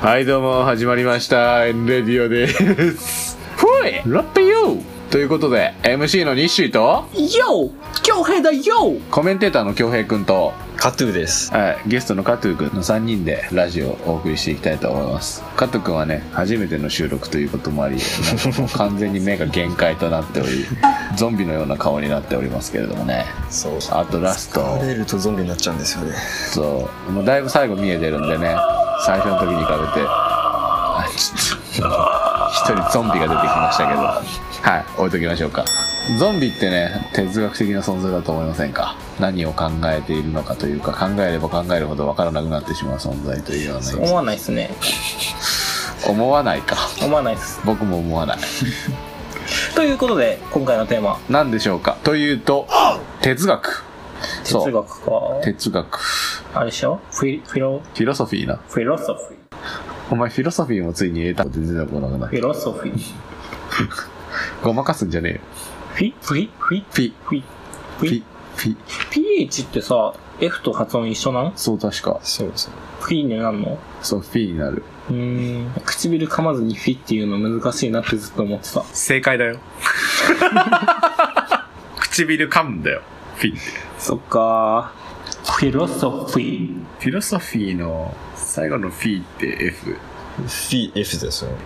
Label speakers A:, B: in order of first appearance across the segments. A: はいどうも始まりましたエンレディオですふいラッピーよということで MC の西と
B: よ京平だよ
A: コメンテーターの京平くんと、
C: カトゥーです。
A: はい、ゲストのカトゥーくんの3人でラジオをお送りしていきたいと思いますカトゥーくんはね初めての収録ということ もありなんかもう完全に目が限界となっておりゾンビのような顔になっておりますけれどもね
C: そう。
A: あとラスト
C: 疲れるとゾンビになっちゃうんですよね。
A: そうもうだいぶ最後見えてるんでね最初の時に比べて あちょっと一人ゾンビが出てきましたけどはい置いときましょうかゾンビってね哲学的な存在だと思いませんか何を考えているのかというか考えれば考えるほど分からなくなってしまう存在というような
B: 思わないっすね
A: 思わないか
B: 思わないっす
A: 僕も思わない
B: ということで今回のテーマ
A: 何でしょうかというと哲学そう
B: 哲学か
A: 哲学フ
B: あれでしょフィフィロ
A: ィロソフィーな
B: フィロソフィー
A: お前フィロソフィーもついに入れた全然出てこなくな
B: フ
A: い
B: ィロソフィーフ
A: ごまかすんじゃねえよ
B: ィフィフィ
A: フィ
B: フィ
A: フ
B: フ
A: ィ
B: ィ
A: フィ
B: PH ってさ F と発音一緒なん
A: そう確か
C: そうそう。
B: フィーになんの
A: そうフィーになる
B: うーん唇噛まずにフィっていうの難しいなってずっと思ってた
D: 正解だよ。 唇噛むんだよ。フィって。
B: そっかフィロソフィー
D: フィロソフィーの最後のフィーって F。
C: フィ F ですよね。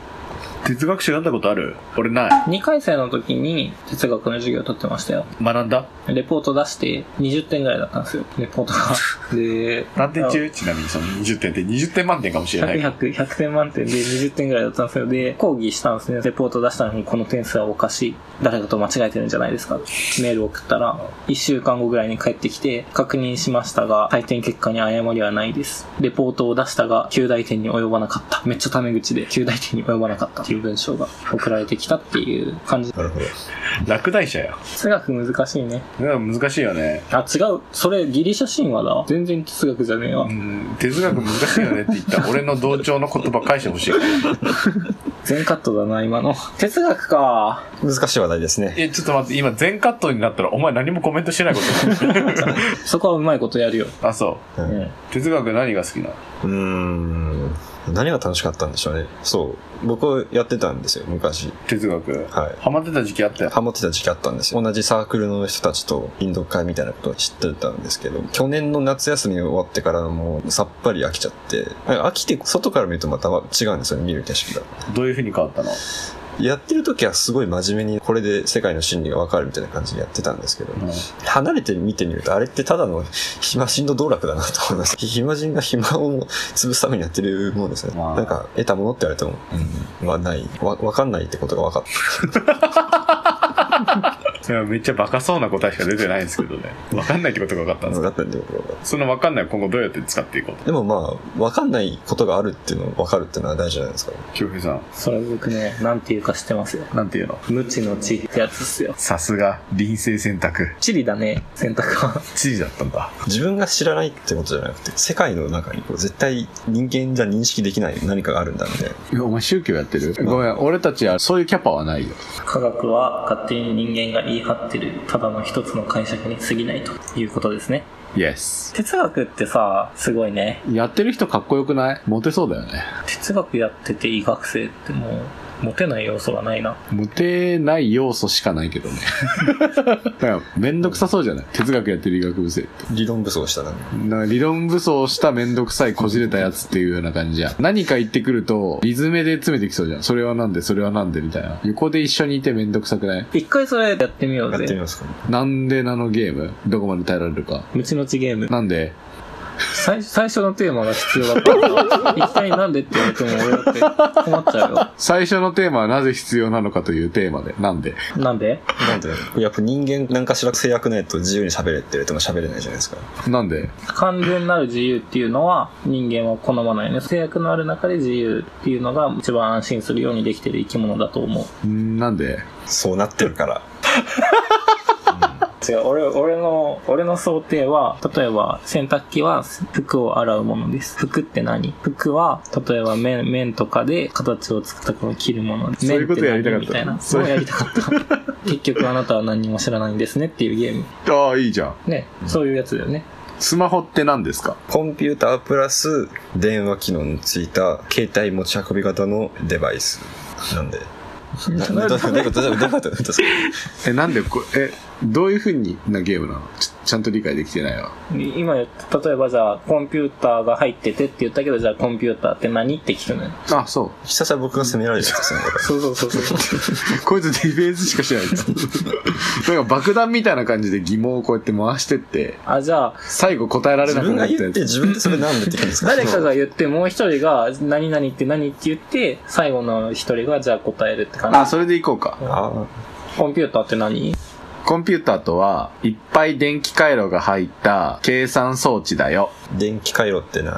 D: 哲学史読んだことある俺ない。
B: 2回生の時に哲学の授業を取ってましたよ
D: 学んだ
B: レポート出して20点ぐらいだったんですよ、レポート が。で、
D: 何点中ちなみにその20点って20点満点かもしれな
B: 100、
D: い。
B: 100、100点満点で20点ぐらいだったんですよ。で、講義したんですね。レポート出したのにこの点数はおかしい。誰かと間違えてるんじゃないですか。メール送ったら、1週間後ぐらいに帰ってきて、確認しましたが、採点結果に誤りはないです。レポートを出したが、9大点に及ばなかった。めっちゃタメ口で、9大点に及ばなかったっていう文章が送られてきたっていう感じ。
C: なるほど。
D: 落第者や。
B: 哲学難しいね。
D: うん難しいよね。
B: あ、違う。それギリシャ神話だわ。全然哲学じゃねえわ
D: う。ん、哲学難しいよねって言った。俺の同調の言葉返してほしい。
B: 全カットだな、今の。哲学か。
C: 難しい話題ですね。
D: え、ちょっと待って、今全カットになったらお前何もコメントしてないことになる
B: そこはうまいことやるよ。
D: あ、そうう。哲学何が好きなの
C: うーん。何が楽しかったんでしょうね。そう。僕やってたんですよ、昔。
D: 哲学。
C: はい。
D: ハマってた時期あったよ。
C: ハモってた時期あったんですよ。同じサークルの人たちと臨読会みたいなことを知ってたんですけど、去年の夏休み終わってからもうさっぱり飽きちゃって、飽きて外から見るとまた違うんですよね、見る景色が。
D: どういう風に変わったの
C: やってる時はすごい真面目にこれで世界の真理がわかるみたいな感じでやってたんですけど、離れて見てみるとあれってただの暇人の道楽だなと思います。暇人が暇を潰すためにやってるものですね。
D: まあ
C: なんか得たものって言われても、うん、はない。わ、わかんないってことが分かった。
D: いやめっちゃバカそうな答えしか出てないんですけどね。わかんないってことが分かったんです
C: 分
D: か
C: かったんで僕は
D: そのわかんないを今後どうやって使っていこうと。
C: でもまあ、わかんないことがあるっていうのを分かるっていうのは大事じゃないですか。
D: 京平さん、
B: それ僕ね、なんていうか知ってますよ。
D: なんていうの
B: 無知の知ってやつっすよ。
D: さすが、臨性選択。
B: 地理だね、選択は。
D: 知事だったんだ。
C: 自分が知らないってことじゃなくて、世界の中にこう絶対人間じゃ認識できない何かがあるんだみたいな。
A: いやお前宗教やってるごめん、俺たちはそういうキャパはないよ。
B: 科学は勝手に人間が言い張ってる、ただの一つの解釈に過ぎないということですね。
A: Yes。
B: 哲学ってさ、すごいね。
A: やってる人かっこよくないモテそうだよね。
B: 哲学やってて医学生ってもう、モテない要素がないな。
A: モテない要素しかないけど ね。だからめんどくさそうじゃない哲学やってる医学部生って。
C: 理論武装したな。
A: なんか理論武装しためんどくさいこじれたやつっていうような感じじゃん。何か言ってくると、リズムで詰めてきそうじゃん。それはなんで、それはなんで、みたいな。横で一緒にいてめんどくさくない
B: 一回それやってみよう
C: やってみ
B: ぜ。
C: ますか、
A: なんでなのゲームどこまで耐えられるか。
B: 無知の知ゲーム。
A: なんで
B: 最最初のテーマが必要だったから、一体なんでって言われても俺だって困っちゃうよ。
A: 最初のテーマはなぜ必要なのかというテーマで。なんで
B: なんで
C: なんで、やっぱ人間なんかしら制約ないと自由に喋れって言われても喋れないじゃないですか。
A: なんで
B: 完全なる自由っていうのは人間は好まないね。制約のある中で自由っていうのが一番安心するようにできてる生き物だと思う。
A: んーなんで
C: そうなってるから。
B: 違う、俺、俺の、俺の想定は、例えば洗濯機は服を洗うものです。服って何服は、例えば綿、綿とかで形を作ったから着るものです。
A: そういうことやりたかった
B: 綿て何みいな。
A: そういう
B: そうやりた かった。結局あなたは何にも知らないんですねっていうゲーム。
A: ああ、いいじゃん。
B: ね、そういうやつだよね。
A: スマホって何ですか
C: コンピュータープラス電話機能のついた携帯持ち運び型のデバイスなんで。ななどういうことどういうことどういうことですか
A: え、なんでこれ、え、どういうふうになゲームなのちちゃんと理解できてないわ。
B: 今言った、例えばじゃあ、コンピューターが入っててって言ったけど、じゃあコンピューターって何って聞くのよ。
A: あ、そ
C: ひたすら僕が責められるんですね。これ
B: そうそうそうそう。
A: う。こいつディフェンスしかしてないんです。なんか爆弾みたいな感じで疑問をこうやって回してって、
B: あ、じゃあ、
A: 最後答えられ
C: 自
A: なく
C: 分
A: なっ
C: が
A: た
C: 言っ
A: や
C: て、
A: つ。
C: 自分でそれなんでって言うんですか
B: 誰かが言って、もう一人が、何々って何って言って、最後の一人が、じゃあ答えるって感
A: あ、
B: じ。
A: それでいこうか。
C: ああ、
B: コンピューターって何
A: コンピューターとは、いっぱい電気回路が入った計算装置だよ。
C: 電気回路って何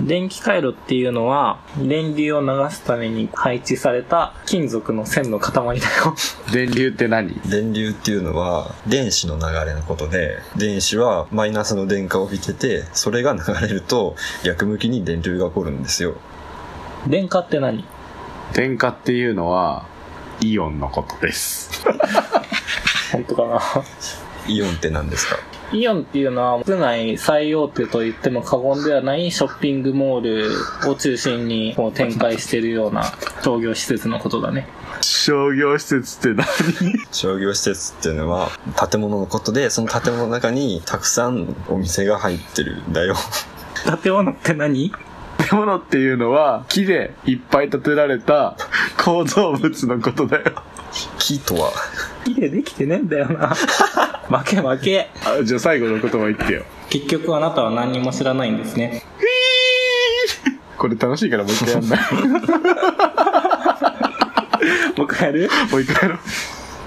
B: 電気回路っていうのは、電流を流すために配置された金属の線の塊だよ。
A: 電流って何
C: 電流っていうのは電子の流れのことで、電子はマイナスの電荷を帯びてて、それが流れると逆向きに電流が起こるんですよ。
B: 電化って何
A: 電化っていうのは、イオンのことです。
B: 本当かな
C: イオンって何ですか
B: イオンっていうのは、国内最大手と言っても過言ではないショッピングモールを中心にこう展開してるような商業施設のことだね。
A: 商業施設って何
C: 商業施設っていうのは建物のことで、その建物の中にたくさんお店が入ってるんだよ。
B: 建物って何
A: 建物っていうのは木でいっぱい建てられた構造物のことだよ。
C: 木とは、
B: 綺麗できてねえんだよ な。負け負け。
A: あじゃあ最後の言葉言ってよ。
B: 結局あなたは何にも知らないんですね。
A: これ楽しいからもう一回やんない。
B: もう一回やる
A: もう一回やろう。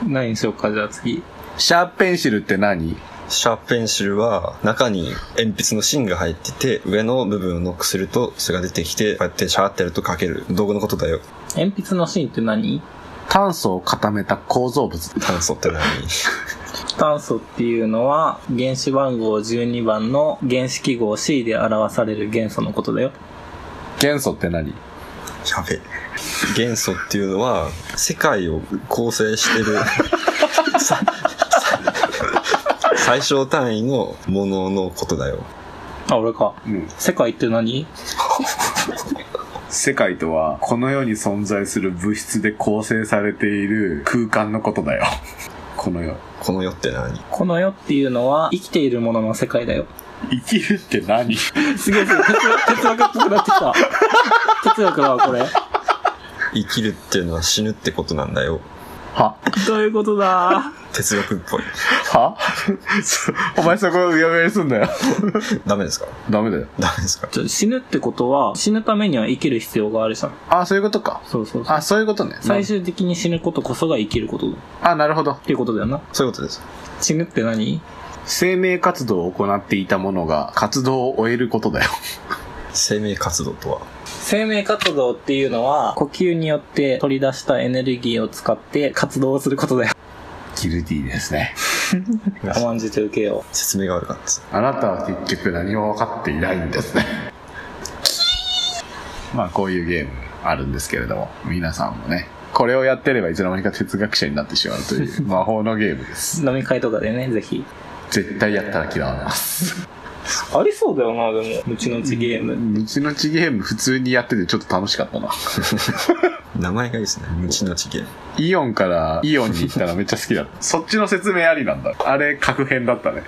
B: 何にしようか、じゃあ次。
A: シャープペンシルって何
C: シャープペンシルは中に鉛筆の芯が入ってて、上の部分をノックするとそれが出てきて、こうやってシャーってやると書ける道具のことだよ。
B: 鉛筆の芯って何
A: 炭素を固めた構造物。
C: 炭素って何
B: 炭素っていうのは原子番号12番の原子記号 C で表される元素のことだよ。
A: 元素って何
C: やべえ。元素っていうのは、世界を構成してる ささ最小単位のもののことだよ。
B: あ、俺か。
D: うん
B: 世界って何
D: 世界とは、この世に存在する物質で構成されている空間のことだよ。この世。
C: この世って何
B: この世っていうのは生きているものの世界だよ。
D: 生きるって何
B: すげえすげえ、哲学哲学っぽくなってきた。哲学だわ、これ。
C: 生きるっていうのは死ぬってことなんだよ。
A: は
B: どういうことだ
C: 哲学っぽい。
A: はそお前そこうやめやすんだよ。
C: ダメですか
A: ダメだよ。
C: ダメですか
B: ちょ死ぬってことは、死ぬためには生きる必要があるじゃん。
A: あ、そういうことか。
B: そうそうそう。
A: あ、そういうことね。
B: 最終的に死ぬことこそが生きることだ。っ
A: あ、なるほど。
B: ていうことだよな。
C: そういうことです。
B: 死ぬって何
A: 生命活動を行っていたものが活動を終えることだよ。
C: 生命活動とは。
B: 生命活動っていうのは、呼吸によって取り出したエネルギーを使って活動をすること だよ。
A: ギルティーですね。
B: 甘んじて受けよ
C: 説明が悪かったです。
A: あなたは結局何も分かっていないんですね。まあこういうゲームあるんですけれども、皆さんもね、これをやってればいつの間にか哲学者になってしまうと いう魔法のゲームです。
B: う。飲み会とかでね、ぜひ。
A: 絶対やったら嫌われます。
B: ありそうだよな、でも。うちのうちゲーム。
A: うちのちゲーム普通にやっててちょっと楽しかったな。
C: 名前がいいですね。無知の知見。
A: イオンからイオンに行ったらめっちゃ好きだ った。そっちの説明ありなんだ。あれ、格変だったね。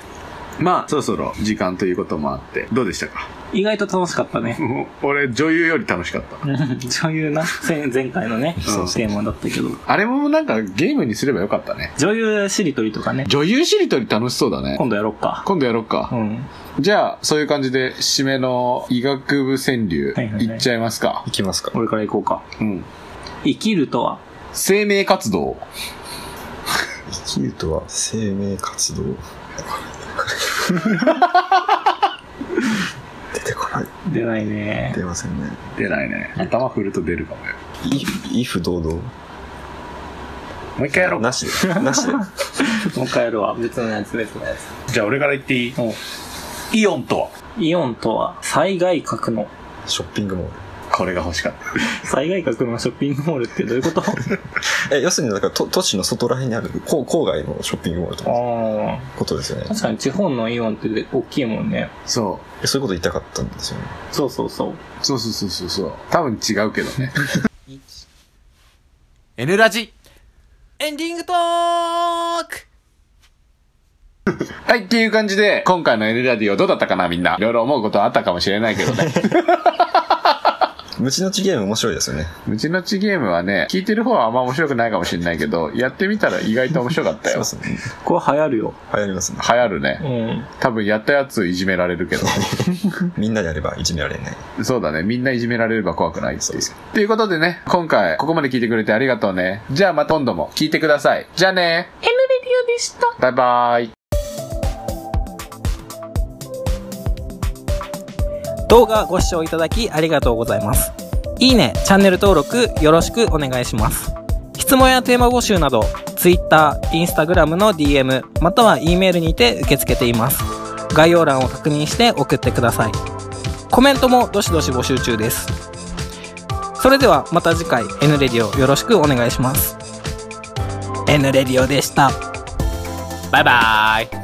A: まあ、そろそろ時間ということもあって、どうでしたか
B: 意外と楽しかったね。
A: 俺、女優より楽しかった。
B: 女優な。前前回のね、
A: そうそう
B: テーマだったけど。
A: あれもなんかゲームにすればよかったね。
B: 女優しりとりとかね。
A: 女優しりとり楽しそうだね。
B: 今度やろっか。
A: 今度やろう
B: う
A: か。
B: ん。
A: じゃあ、そういう感じで、締めの医学部川柳、
B: はいはいはい
A: いっちゃいますか。
C: いきますか。
B: 俺から行こうか。
A: うん。
B: 生きるとは
A: 生命活動。
C: 生きるとは生命活 動。出てこない。
B: 出ないね。
C: 出ませんね。
D: 出ないね。頭振ると出るかもよ。
C: い、いふ堂々。
D: もう一回やろう。
C: なしで。なしで。
B: もう一回やるわ。別のやつ、別のやつ。
D: じゃあ俺から言っていいイオンとは
B: イオンとは災害格の
C: ショッピングモール。
D: これが欲しかった。
B: 災害角のショッピングモールってどういうこと あ
C: え、要するに、なんか、都都市の外らへんにある、郊郊外のショッピングモールとか、
B: あ。
C: ことですよね。
B: 確かに地方のイオンってで大きいもんね。
D: そ
C: えそういうこと言いたかったんですよね。
B: そうそうそう。
D: う。そうそうそうそうそう。多分違うけど ね。
E: N ラジエンディングトーク
A: はい、っていう感じで、今回の N ラディオどうだったかな、みんな。いろいろ思うことはあったかもしれないけどね。
C: ムチのちゲーム面白いですよね。
A: うちのちゲームはね、聞いてる方はあんま面白くないかもしれないけど、やってみたら意外と面白かった
C: そう
A: よ
C: で。すね。
B: これ流行るよ。
C: 流行りますね。
A: 流行るね。
B: うん。
A: 多分やったやついじめられるけど。
C: みんなでやればいじめられない。
A: そうだね。みんないじめられれば怖くないって
C: そう
A: いう
C: です。
A: ということでね、今回ここまで聞いてくれてありがとうね。じゃあまた今度も聞いてください。じゃあね。N レディオでした。バイバイ。
F: 動画ご視聴いただきありがとうございます。いいね、チャンネル登録よろしくお願いします。質問やテーマ募集など、Twitter、Instagram の DM、または E メールにて受け付けています。概要欄を確認して送ってください。コメントもどしどし募集中です。それではまた次回 N レディオよろしくお願いします。N レディオでした。バイバイ。